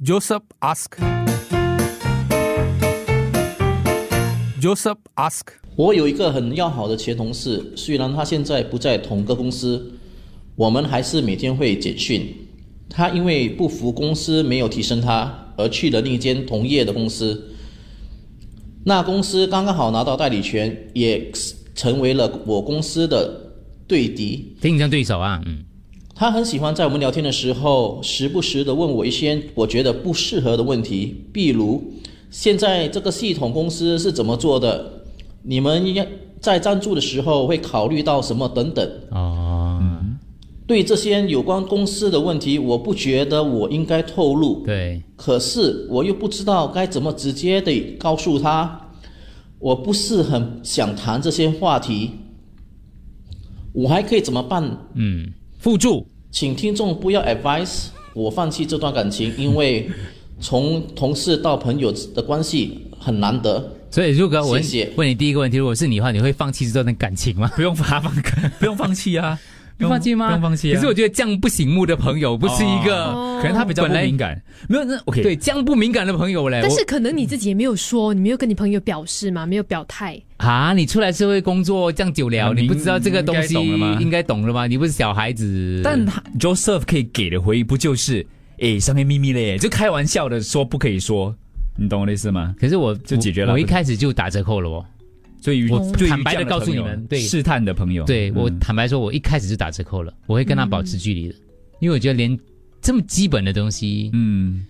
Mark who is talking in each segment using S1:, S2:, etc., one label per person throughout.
S1: Joseph ask. Joseph ask.
S2: 我有一个很要好的前同事，虽然他现在不在同个公司，我们还是每天会简讯。他因为不服公司没有提升他，而去了另一间同业的公司。那公司刚刚好拿到代理权，也成为了我公司的对敌。
S3: 竞争对手啊，嗯，
S2: 他很喜欢在我们聊天的时候，时不时的问我一些我觉得不适合的问题，比如现在这个系统公司是怎么做的，你们要在赞助的时候会考虑到什么等等。
S3: 哦，
S2: 对这些有关公司的问题，我不觉得我应该透露，
S3: 对，
S2: 可是我又不知道该怎么直接的告诉他，我不是很想谈这些话题，我还可以怎么办？
S3: 嗯，互助，
S2: 请听众不要 advise 我放弃这段 感情，因为从同事到朋友的关系很难得。
S3: 所以如果我问
S2: 谢谢
S3: 问你第一个问题，如果是你的话，你会放弃这段感情 吗？
S1: 不用把它放，不用放弃啊，
S3: 不放弃吗？
S1: 不用放弃啊。哦
S3: 可是我觉得这样不醒目的朋友，不是一个、
S1: 可能他比较不
S3: 本来
S1: 敏感，没有那 OK，
S3: 对这样不敏感的朋友嘞。
S4: 但是
S3: 哎我
S4: 可能你自己也没有说，你没有跟你朋友表示嘛，没有表态。
S3: 啊，你出来社会工作这样久了，
S1: 啊
S3: 你
S1: 明
S3: 不知道这个东西
S1: 应该懂了吗
S3: 应该懂了吗？你不是小孩子，
S1: 但
S3: 他
S1: 他
S5: Joseph 可以给的回忆不就是，诶，上面秘密嘞，就开玩笑的说不可以说，你懂我的意思吗？
S3: 可是我
S5: 就解决了
S3: 我，我一开始就打折扣了哦。
S5: 所以
S3: 我
S5: 对于
S3: 坦白地
S5: 这样
S3: 告诉
S5: 朋友
S3: 你们对
S5: 试探的朋友，
S3: 对、我
S5: 嗯
S3: 坦白说，我一开始就打折扣了，我会跟他保持距离的，因为我觉得连这么基本的东西，
S5: 嗯，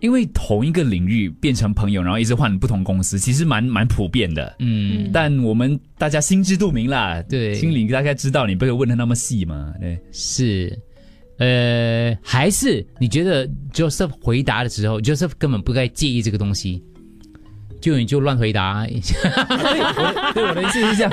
S5: 因为同一个领域变成朋友，然后一直换不同公司，其实蛮蛮普遍的。
S3: 嗯
S5: 但我们大家心知肚明啦，
S3: 对
S5: 心里大概知道，你不会问的那么细嘛，对，
S3: 是，呃，还是你觉得 Joseph 回答的时候，Joseph 根本不该介意这个东西，就你就乱回答，
S5: 对，我的意思是这样，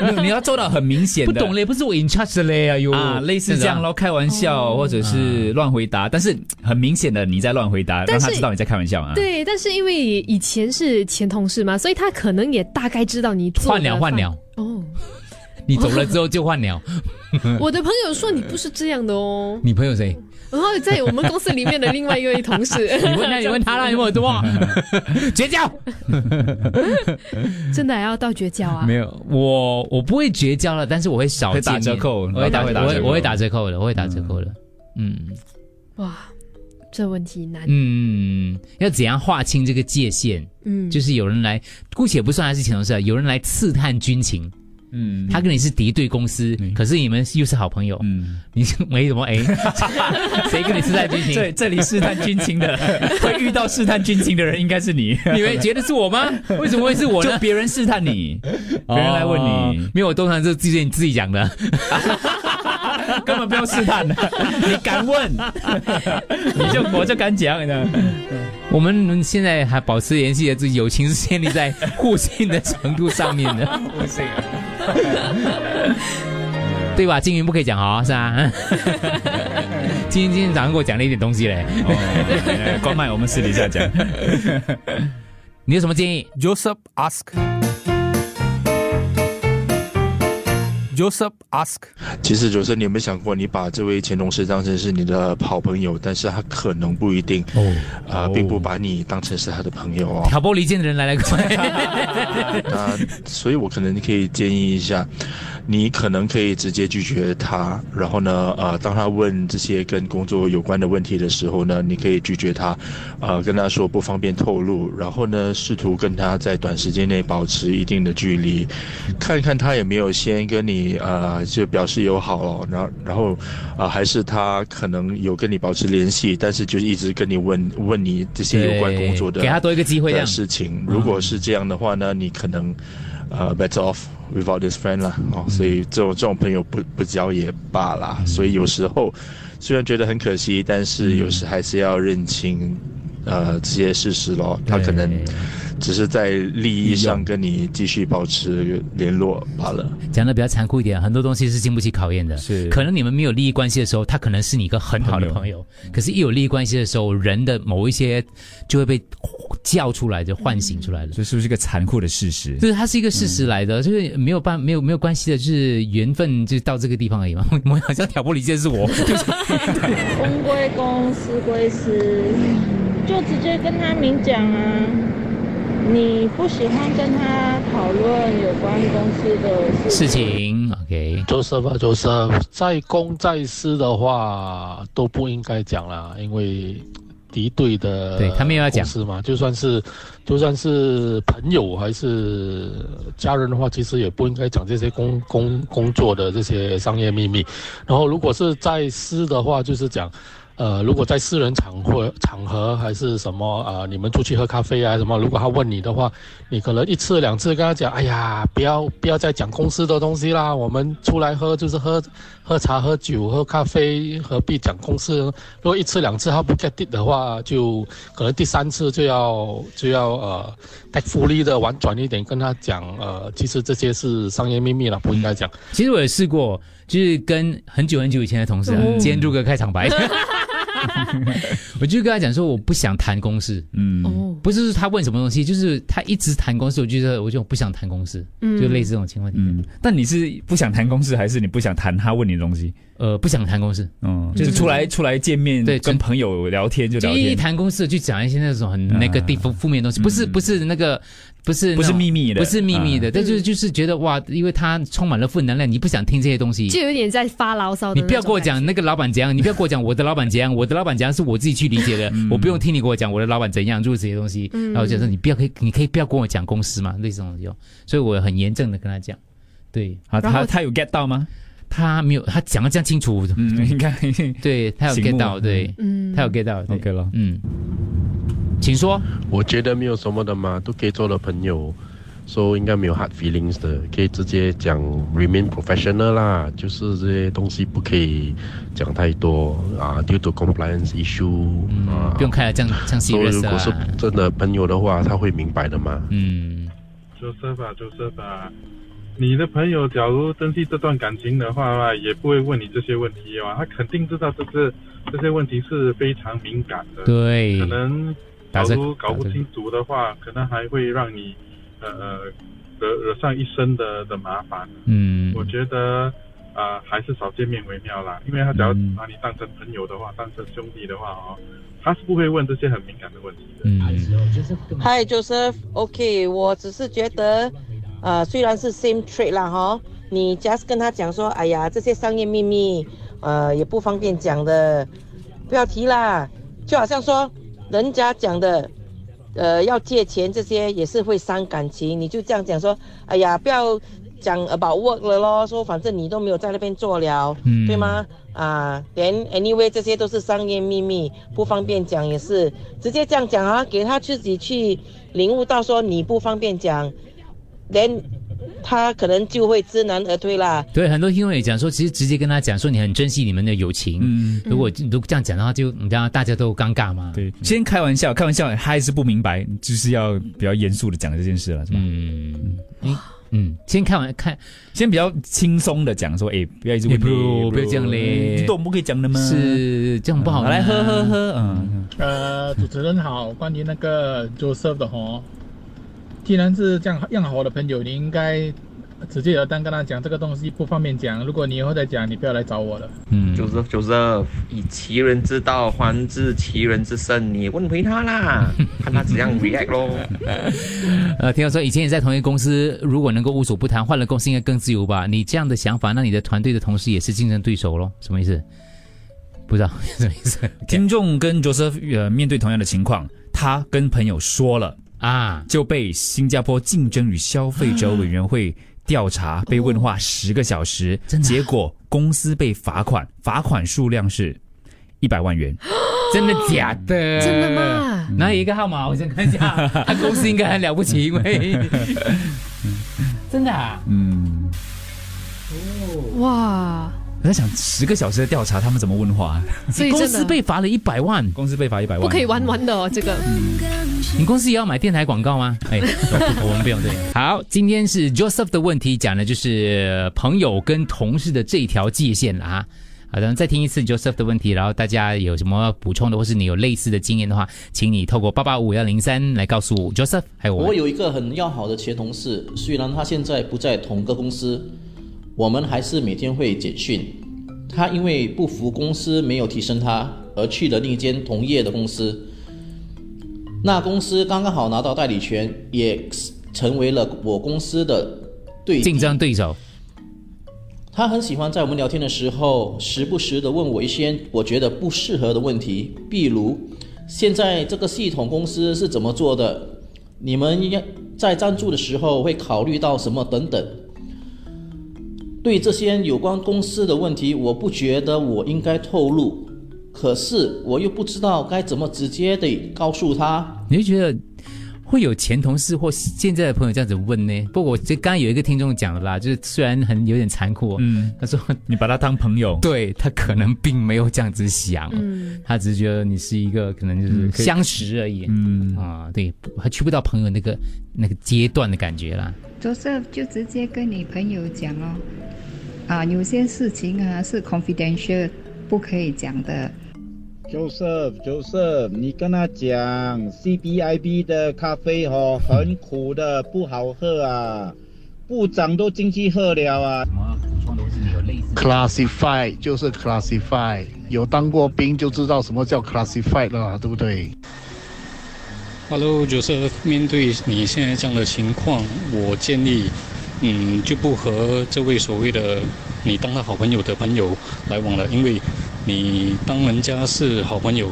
S5: 没有你要做到很明显
S3: 不
S5: 的，
S3: 懂嘞，不是我 in charge 的嘞，哎呦，
S5: 啊，类似这样哦啊
S3: 咯。
S5: 咯，开玩笑或者是乱回答，但是很明显的你在乱回答，
S4: 但
S5: 让他
S4: 是
S5: 知道你在开玩
S3: 嗯
S5: 笑啊。
S4: 对，但是因为以前是前同事嘛，所以他可能也大概知道你做的
S3: 换了换
S4: 饭
S3: 了，
S4: 哦。
S3: 你走了之后就换了。嗯
S4: 我的朋友说你不是这样的哦，
S3: 你朋友谁？
S4: 然后在我们公司里面的另外一位同事，
S3: 你问他，你问他啦，你问我多少？ 绝交？
S4: 真的还要到绝 交啊？
S3: 有，我我不会绝交了，但是我会少
S5: 会
S3: 见
S5: 打
S3: 面
S5: 折扣
S3: 我会打
S5: 会打
S3: 我
S5: 折
S3: 会
S5: 扣
S3: 我会打折扣的，我会打折扣的。嗯
S4: 哇，这问题难。
S3: 嗯，要怎样划清这个界限？
S4: 嗯，
S3: 就是有人来，姑且不算他是前同事啊，有人来刺探军情。
S5: 嗯
S3: 他跟你是敌对公司，
S5: 嗯
S3: 可是你们又是好朋友，
S5: 嗯，
S3: 你是没什么哎，谁跟你刺探军情？
S5: 这这里试探军情 的，会遇到试探军情的人应该是你，
S3: 你们觉得是我吗？为什么会是我
S5: 就
S3: 呢？
S5: 别人试探 你，别人来问
S3: 哦
S5: 你，
S3: 没有，我通常是自己自己讲的。
S5: 根本不用试 探的，你敢 问，你就我就敢讲的。
S3: 我们现在还保持联系的，这友情是建立在互信的程度上面的， 互信，啊对吧？金云不可以讲好、是啊。金云今天早上给我讲了一点东西嘞，
S5: 哦，关麦，我们私底下讲。
S3: 你有什么建议？
S1: Joseph ask. Joseph ask.
S6: 其实，就是你有没有想过，你把这位前同事当成是你的好朋友，但是他可能不一定，
S3: 哦，
S6: 啊、并不把你当成是他的朋友哦。
S3: 挑拨离间的人来来快，
S6: 那所以，我可能可以建议一下，你可能可以直接拒绝他。然后呢，呃，当他问这些跟工作有关的问题的时候呢，你可以拒绝他，呃，跟他说不方便透露。然后呢，试图跟他在短时间内保持一定的距离，看看他有没有先跟你呃就表示友好哦。然后，然后，啊、还是他可能有跟你保持联系，但是就是一直跟你问问你这些有关工作的
S3: 对给他多一个机会，这
S6: 的
S3: 样
S6: 事情。如果是这样的话呢，你可能呃 better off without this friend 啦。哦，所以这种这种朋友不不交也罢啦。所以有时候虽然觉得很可惜，但是有时还是要认清。呃，这些事实咯，他可能只是在利益上跟你继续保持联络罢了。
S3: 讲的比较残酷一点，很多东西是经不起考验的。
S5: 是
S3: 可能你们没有利益关系的时候，他可能是你一个很好的
S5: 朋友
S3: 朋友；可是，一有利益关系的时候，人的某一些就会被叫出来的，唤醒出来的。
S5: 这是不是个残酷的事实？
S3: 就是它是一个事实来的，就是没有办没有没有关系的，就是缘分就到这个地方而已嘛。 我好像挑拨离间是我，
S7: 公归公，私归私，就直接跟他明讲啊。你不喜欢跟他讨论有关公司的
S3: 事
S7: 事
S3: 情 OK。
S8: Joseph 啊，Joseph，在公在私的话都不应该讲啦，因为敌对的
S3: 对他们又要讲
S8: 是嘛，就算是就算是朋友还是家人的话，其实也不应该讲这些工工工作的这些商业秘密。然后如果是在私的话，就是讲。呃，如果在私人场合、场合还是什么啊、呃你们出去喝咖啡啊什么，如果他问你的话，你可能一次两次跟他讲，哎呀，不要不要再讲公司的东西啦，我们出来喝就是喝喝茶、喝酒、喝咖啡，何必讲公司呢？如果一次两次他不 get it 的话，就可能第三次就要就要呃太福利的婉转一点跟他讲，呃，其实这些是商业秘密了，不应该讲。
S3: 其实我也试过，就是跟很久很久以前的同事、啊，
S5: 嗯
S3: 今天录个开场 白， 我就跟他讲说我不想谈公事，
S5: 嗯，
S4: 哦，
S3: 不是说他问什么东西，就是他一直谈公事，我就说我就不想谈公事，就类似这种情况。
S5: 嗯，但你是不想谈公事，还是你不想谈他问你的东西？
S3: 呃，不想谈公事，
S5: 嗯，就是出来出来见面，
S3: 对
S5: 跟朋友聊天就
S3: 就
S5: 聊
S3: 一
S5: 天，
S3: 谈公事就讲一些那种很那个地方负面的东西，不是不是那个不是那
S5: 嗯不
S3: 种
S5: 是秘密的，
S3: 不是秘密的，
S5: 嗯
S3: 但就是就是觉得哇，因为他充满了负能量，你不想听这些东西。
S4: 就有点在发牢骚的
S3: 你
S4: 那种感觉。
S3: 不要跟我讲那个老板怎样，你不要跟我讲我的老板怎样，我的老板怎样是我自己去理解
S5: 嗯
S3: 的，我不用听你跟我讲我的老板怎样，就是这些东西。然
S4: 嗯
S3: 后我就说你不要可以，你可以不要跟我讲公司嘛，类似这种东西哦。所以我很严正的跟他讲，对
S5: 啊，
S4: 然后
S5: 他他有 get 到吗？
S3: 他没有，他讲的这样清楚，
S5: 嗯，应该
S3: 对他有
S5: 醒
S3: get
S5: 目
S3: 到，对，
S4: 嗯
S3: 他有 get 到对
S5: OK 了。
S3: 嗯，请说，
S9: 我觉得没有什么的嘛，都可以做了朋友，所、以应该没有 hard feelings 的，可以直接讲 remain professional 啦，就是这些东西不可以讲太多啊，due to compliance issue 啊，
S3: 嗯不用看了这样这样
S9: So，如
S3: serious
S9: 果是
S3: 啊，
S9: 真的朋友的话，他会明白的嘛。
S3: 嗯，
S10: Joseph 啊，Joseph 啊，你的朋友假如珍惜这段感情的话啦，也不会问你这些问题啊，他肯定知道这这这些问题是非常敏感的，
S3: 对
S10: 可，能
S3: 打这
S10: 假如搞不
S3: 打这
S10: 清楚的话，可能还会让你呃呃惹惹上一身的的麻烦。
S3: 嗯，
S10: 我觉得呃还是少见面为妙啦，因为他只要把你当成朋友的话，当成兄弟的话哦，他是不会问这些很敏感的问题的。
S3: 嗯，
S7: 嗨，Joseph，OK，、我只是觉得，呃，虽然是 same trade 啦哈，你 just 跟他讲说，哎呀，这些商业秘密，呃，也不方便讲的，不要提啦。就好像说，人家讲的，呃，要借钱这些也是会伤感情，你就这样讲说，哎呀，不要讲 about work 了咯，说反正你都没有在那边做了，
S3: 嗯
S7: 对吗？啊，连 anyway 这些都是商业秘密，不方便讲也是，直接这样讲啊，给他自己去领悟到说你不方便讲，连他可能就会知难而 退啦。
S3: 对，很多听众也讲说，其实直接跟他讲说你很珍惜你们的友情。
S5: 嗯，
S3: 如果如果这样讲的话，就你知道大家都尴尬嘛。，
S5: 对，先开玩笑，开玩笑，他还是不明白，就是要比较严肃的讲这件事了，是吧？
S3: 嗯，诶嗯，先看完看
S5: 先比较轻松的讲说，哎，不要一直问
S3: 哎不
S5: 你
S3: 不要这样嘞
S5: 你懂不可以讲的吗？
S3: 是这样不好
S5: 好
S3: 呢。
S5: 来喝喝喝，嗯，
S11: 呃，主持人好，关于那个 Joseph 的哦，既然是这样样好的朋友，你应该直接而当跟他讲这个东西不方便讲，如果你以后再讲，你不要来找我了。
S3: 嗯，
S9: Joseph Joseph，以其人之道还治其人之身，你问回他啦，看他怎样 react 咯。
S3: 呃，听到说以前也在同一个公司，如果能够无所不谈，换了公司应该更自由吧？你这样的想法，那你的团队的同事也是竞争对手咯？什么意思？不知道什么意思
S5: 听众跟 Joseph 呃面对同样的情况，他跟朋友说了，
S3: 啊？
S5: 就被新加坡竞争与消费者委员会调查，被问话十个小时，
S3: 哦真的啊
S5: 结果公司被罚款，罚款数量是一百万元。
S3: 真的假的？
S4: 真的？吗？
S3: 哪有一个号码？我想看一下，他公司应该很了不起，因 为啊真的、啊。
S5: 嗯，
S4: 哇，
S5: 我在想十个小时的调查，他们怎么问话？啊
S4: 所以
S3: 公
S4: 真
S3: 司
S4: 的
S3: 被罚了一百万，
S5: 公司被罚一百万，
S4: 不可以玩玩的哦，这个。
S3: 你公司也要买电台广告吗？哎，我我们不用对。好，今天是 Joseph 的问题，讲的就是朋友跟同事的这条界限啦啊。好的，再听一次 Joseph 的问题，然后大家有什么补充的，或是你有类似的经验的话，请你透过八八五幺零三来告诉 Joseph，还有我
S2: 我
S3: 们。
S2: 有一个很要好的前同事，虽然他现在不在同个公司，我们还是每天会简讯。他因为不服公司没有提升他，而去了另一间同业的公司。那公司刚刚好拿到代理权，也成为了我公司的对
S3: 竞争对手，
S2: 他很喜欢在我们聊天的时候，时不时的问我一些我觉得不适合的问题，比如现在这个系统公司是怎么做的，你们要在赞助的时候会考虑到什么等等。对这些有关公司的问题，我不觉得我应该透露，可是我又不知道该怎么直接的告诉他。
S3: 你就觉得会有前同事或现在的朋友这样子问呢？不过我这刚刚有一个听众讲的啦，就是虽然很有点残酷，嗯，他说你把他当朋友，对他可能并没有这样子想，
S5: 嗯
S3: 他只是觉得你是一个可能就是
S5: 嗯可以
S3: 相识而已，嗯啊，对，还去不到朋友那个那个阶段的感觉啦。
S12: Joseph 就直接跟你朋友讲哦，啊，有些事情啊是 confidential 不可以讲的。
S13: Joseph Joseph，你跟他讲 CBIB 的咖啡哦，很苦的，不好喝啊，部长都进去喝了啊。
S14: classify 就是 classify，有当过兵就知道什么叫 classify 了啦，对不对？
S8: Hello，角色面对你现在这样的情况，我建议，嗯，就不和这位所谓的你当他好朋友的朋友来往了，因为你当人家是好朋友，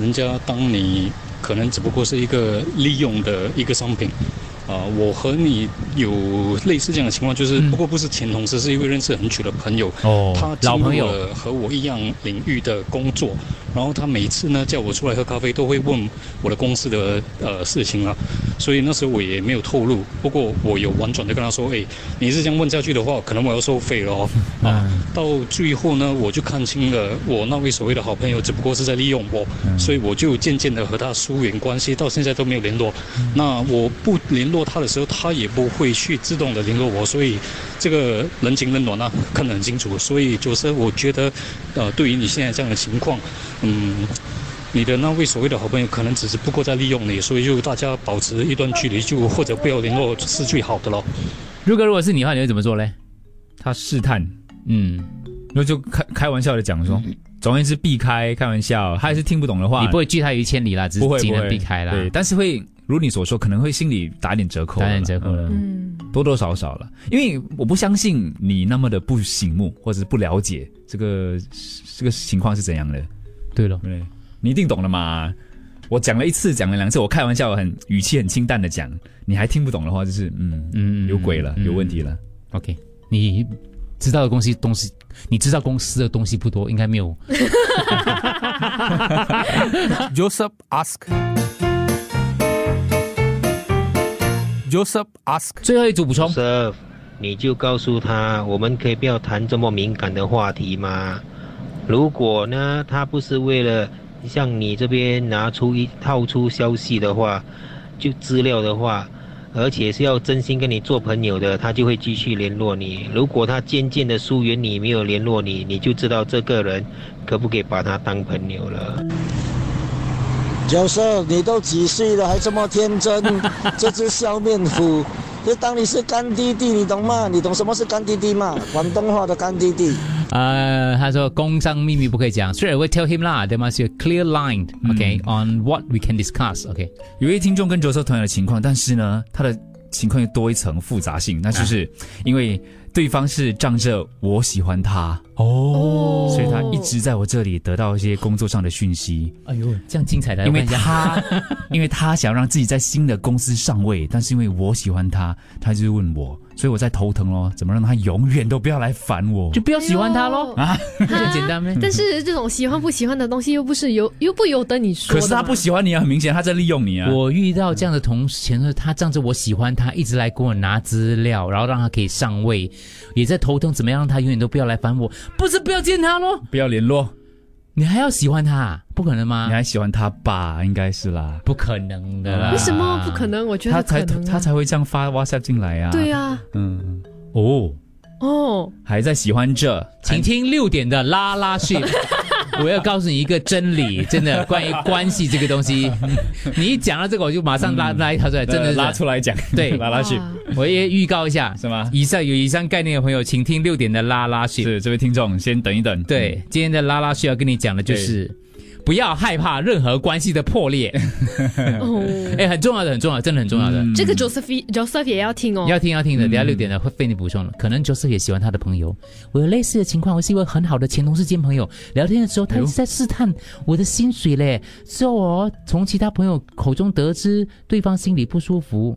S8: 人家当你可能只不过是一个利用的一个商品。啊、我和你有类似这样的情况，就是、
S14: 嗯
S8: 不过不是前同事，是一位认识很久的朋友。
S3: 哦
S8: 他
S3: 老朋友
S8: 经过了和我一样领域的工作，然后他每次呢叫我出来喝咖啡，都会问我的公司的呃事情啊，所以那时候我也没有透露，不过我有婉转的跟他说，哎，你是这样问下去的话，可能我要收费了哦。
S3: 啊，
S8: 到最后呢，我就看清了我那位所谓的好朋友，只不过是在利用我，所以我就渐渐的和他疏远关系，到现在都没有联络。那我不联络他的时候，他也不会去自动的联络我，所以这个人情冷暖啊，看得很清楚。所以就是我觉得，呃，对于你现在这样的情况，嗯。你的那位所谓的好朋友，可能只是不过在利用你，所以就大家保持一段距离，就或者不要联络是最好的咯。
S3: 如果如果是你的话，你会怎么做嘞？
S5: 他试探，
S3: 嗯，
S5: 然后就开开玩笑的讲说，总而言之避开，开玩笑，他还是听不懂的话，
S3: 你不会拒他于千里啦，只
S5: 不
S3: 是
S5: 会
S3: 尽
S5: 不
S3: 量
S5: 会
S3: 避开啦。
S5: 对，但是会如你所说，可能会心里打点折扣了啦，
S3: 打点折扣了
S5: 嗯，多多少少了，因为我不相信你那么的不醒目，或者是不了解这个这个情况是怎样的。
S3: 对了，
S5: 对，你一定懂的嘛。我讲了一次，讲了两次，我开玩笑很语气很清淡的讲，你还听不懂的话，就是嗯嗯，有鬼了，有问题了。
S1: 嗯
S3: OK，你知道的东西东西，你知道公司的东西不多，应该没有
S1: Joseph ask. Joseph ask.
S3: 最后一组补 充
S15: ，Joseph，你就告诉他，我们可以不要谈这么敏感的话题吗？如果呢，他不是为了向你这边拿出一套出消息的话，就资料的话，而且是要真心跟你做朋友的，他就会继续联络你。如果他渐渐的疏远你，没有联络你，你就知道这个人可不可以把他当朋友了。
S16: Joseph，你都几岁了还这么天真？这只笑面虎，就当你是干弟弟，你懂吗？你懂什么是干弟弟吗？广东话的干弟弟。
S3: 呃，他说工商秘密不可以讲，虽然我 tell him 啦，there must be a clear line, OK、on what we can discuss, OK。
S5: 有一位听众跟 Joseph 同样的情况，但是呢，他的情况又多一层复杂性，那就是
S15: 啊
S5: 因为对方是仗着我喜欢他哦，所以他一直在我这里得到一些工作上的讯息。
S3: 哎呦，这样精彩的，
S5: 因为
S3: 我看一下
S5: 他，因为他想让自己在新的公司上位，但是因为我喜欢他，他就问我，所以我在头疼咯，怎么让他永远都不要来烦我？
S3: 就不要喜欢他喽
S5: 啊，
S3: 这么简单咩？
S4: 但是这种喜欢不喜欢的东西，又不是由又不由得你说
S5: 可
S4: 的嘛。
S5: 是他不喜欢你啊，很明显他在利用你啊。
S3: 我遇到这样的同事，前任他仗着我喜欢他，一直来给我拿资料，然后让他可以上位，也在头疼怎么样让他永远都不要来烦我，不是不要见他喽？
S5: 不要联络，
S3: 你还要喜欢他？不可能吗？你
S5: 还喜欢他吧？应该是啦，
S3: 不可能的啦。
S4: 为什么不可能？我觉得
S5: 他才
S4: 可能啊啊
S5: 他才会这样发 WhatsApp 进来啊。
S4: 对啊，
S5: 嗯，
S3: 哦，
S4: 哦，
S5: 还在喜欢这，
S3: 请听六点的拉拉讯。 我要告诉你一个真理，真的，关于关系这个东西，你一讲到这个，我就马上拉、拉一条出来，真的是
S5: 呃拉出来讲，
S3: 对，
S5: 拉拉
S3: 去
S5: 讯。
S4: 啊
S3: 我也预告一下，
S5: 什么？
S3: 以上有以上概念的朋友，请听六点的拉拉讯。
S5: 是，这位听众先等一等。
S3: 对，今天的拉拉讯要跟你讲的就是，不要害怕任何关系的破裂。
S4: 哦，
S3: 哎，很重要的，很重要，真的很重要的。
S4: 这个 Joseph Joseph 也要听哦，
S3: 要听要听的，等下六点的会被你补充了。可能 Joseph 也喜欢他的朋友，我有类似的情况，我是一位很好的前同事兼朋友。聊天的时候，他一直在试探我的薪水嘞。之后哦，从其他朋友口中得知对方心里不舒服。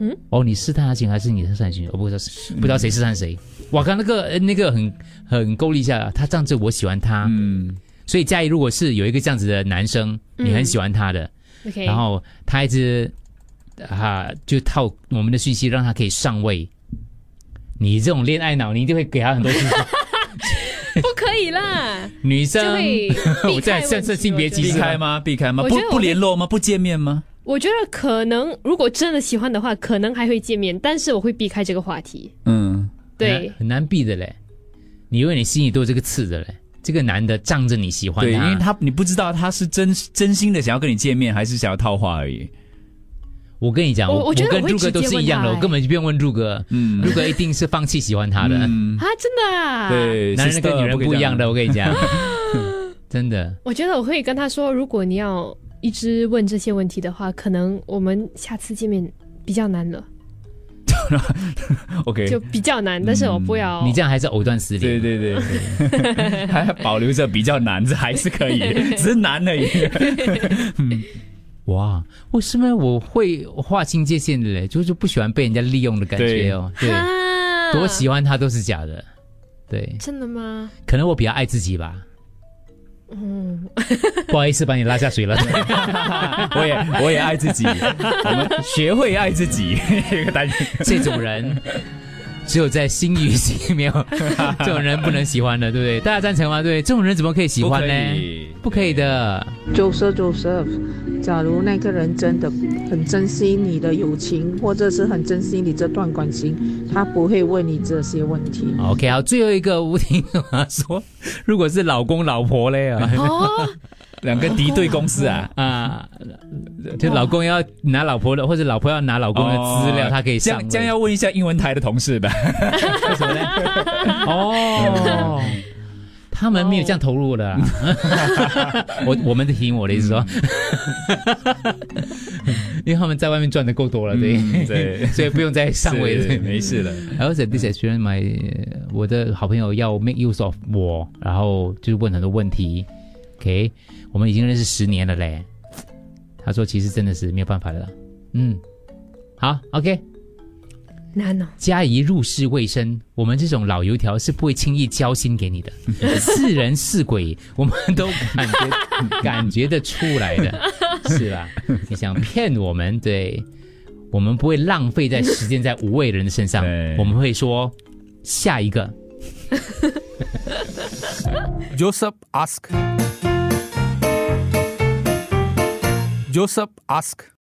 S4: 嗯，
S3: 哦，你试探他行还是你试探他行？我不知道是，不知道谁试探谁。哇，刚那个呃那个很很勾了一下，他仗着我喜欢他，
S5: 嗯，
S3: 所以嘉怡如果是有一个这样子的男生，
S4: 嗯
S3: 你很喜欢他的，
S4: OK
S3: 然后他一直啊、就套我们的讯息，让他可以上位。你这种恋爱脑，你一定会给他很多讯息。
S4: 不可以 啦，
S3: 女生
S4: 就会避开
S3: 我在算
S4: 问题
S3: 是性别歧
S5: 避
S3: 视
S5: 开？吗？避开吗？
S4: 我
S5: 不
S4: 觉得我
S5: 不联络吗？不见面吗？
S4: 我觉得可能如果真的喜欢的话，可能还会见面，但是我会避开这个话题。
S5: 嗯，
S4: 对，
S3: 很难避的嘞。你以为你心里都有这个刺的嘞？这个男的仗着你喜欢
S5: 对，因
S3: 他，
S5: 为他你不知道他是真真心的想要跟你见面，还是想要套话而已。
S3: 我跟你讲，
S4: 我
S3: 我
S4: 我觉得
S3: 跟
S4: 我会
S3: 朱哥
S4: 直接
S3: 都是一样的，
S4: 问他欸
S3: 我根本就不用问朱哥，嗯，朱哥一定是放弃喜欢他的，
S4: 啊，真的啊，
S5: 嗯对，
S3: 男人
S5: sister，
S3: 跟女人
S5: 可以
S3: 不一样
S5: 这
S3: 的，我跟你讲，真的。
S4: 我觉得我会跟他说，如果你要一直问这些问题的话，可能我们下次见面比较 难了，
S5: OK，
S4: 就比较难。但是我不要，
S3: 嗯你这样还是藕断丝连，
S5: 对对对 对，还保留着比较难，这还是可以，只是难而已。
S3: 哇，为什么我会划清界限的嘞？就是不喜欢被人家利用的感觉哦。对，
S4: 啊
S3: 多喜欢他都是假的。对，
S4: 真的吗？
S3: 可能我比较爱自己吧。
S4: 嗯，
S3: 不好意思，把你拉下水了。
S5: 我也我也爱自己，我们学会爱自己这个单元。
S3: 这种人只有在心与心 没有，这种人不能喜欢的，对不对？大家赞成吗？对，这种人怎么可以喜欢
S5: 不可
S3: 呢
S5: 以？
S3: 不可以的。
S17: Joseph Joseph，假如那个人真的很珍惜你的友情，或者是很珍惜你这段感情，他不会问你这些问题。
S3: OK，好，最后一个吴婷华说，如果是老公老婆嘞啊，
S4: 哦，
S5: 两个敌对公司啊
S3: 啊，就老公要拿老婆的，或者老婆要拿老公的资料，
S5: 哦
S3: 他可以
S5: 这
S3: 上
S5: 样
S3: 位。
S5: 这样要问一下英文台的同事吧。
S3: 哦，他们没有这样投入的啦。
S5: 哦
S3: 我我们的听我的意思说， 因为他们在外面赚的够多了，对、
S5: 嗯对
S3: 所以不用再上位
S5: 是
S3: 了，
S5: 没事了。
S3: 然后 this experience my 我的好朋友要 make use of 我，然后就是问很多问题。OK，我们已经认识十年了嘞。他说其实真的是没有办法了。嗯，好，OK，
S4: 难哦。
S3: 加以入世未深，我们这种老油条是不会轻易交心 给你的，是人是鬼，我们都感觉感觉得出 来的，是吧？你想骗我们，对，我们不会浪费在时间在无谓人的身上，我们会说下一个。
S1: Joseph ask. Joseph ask.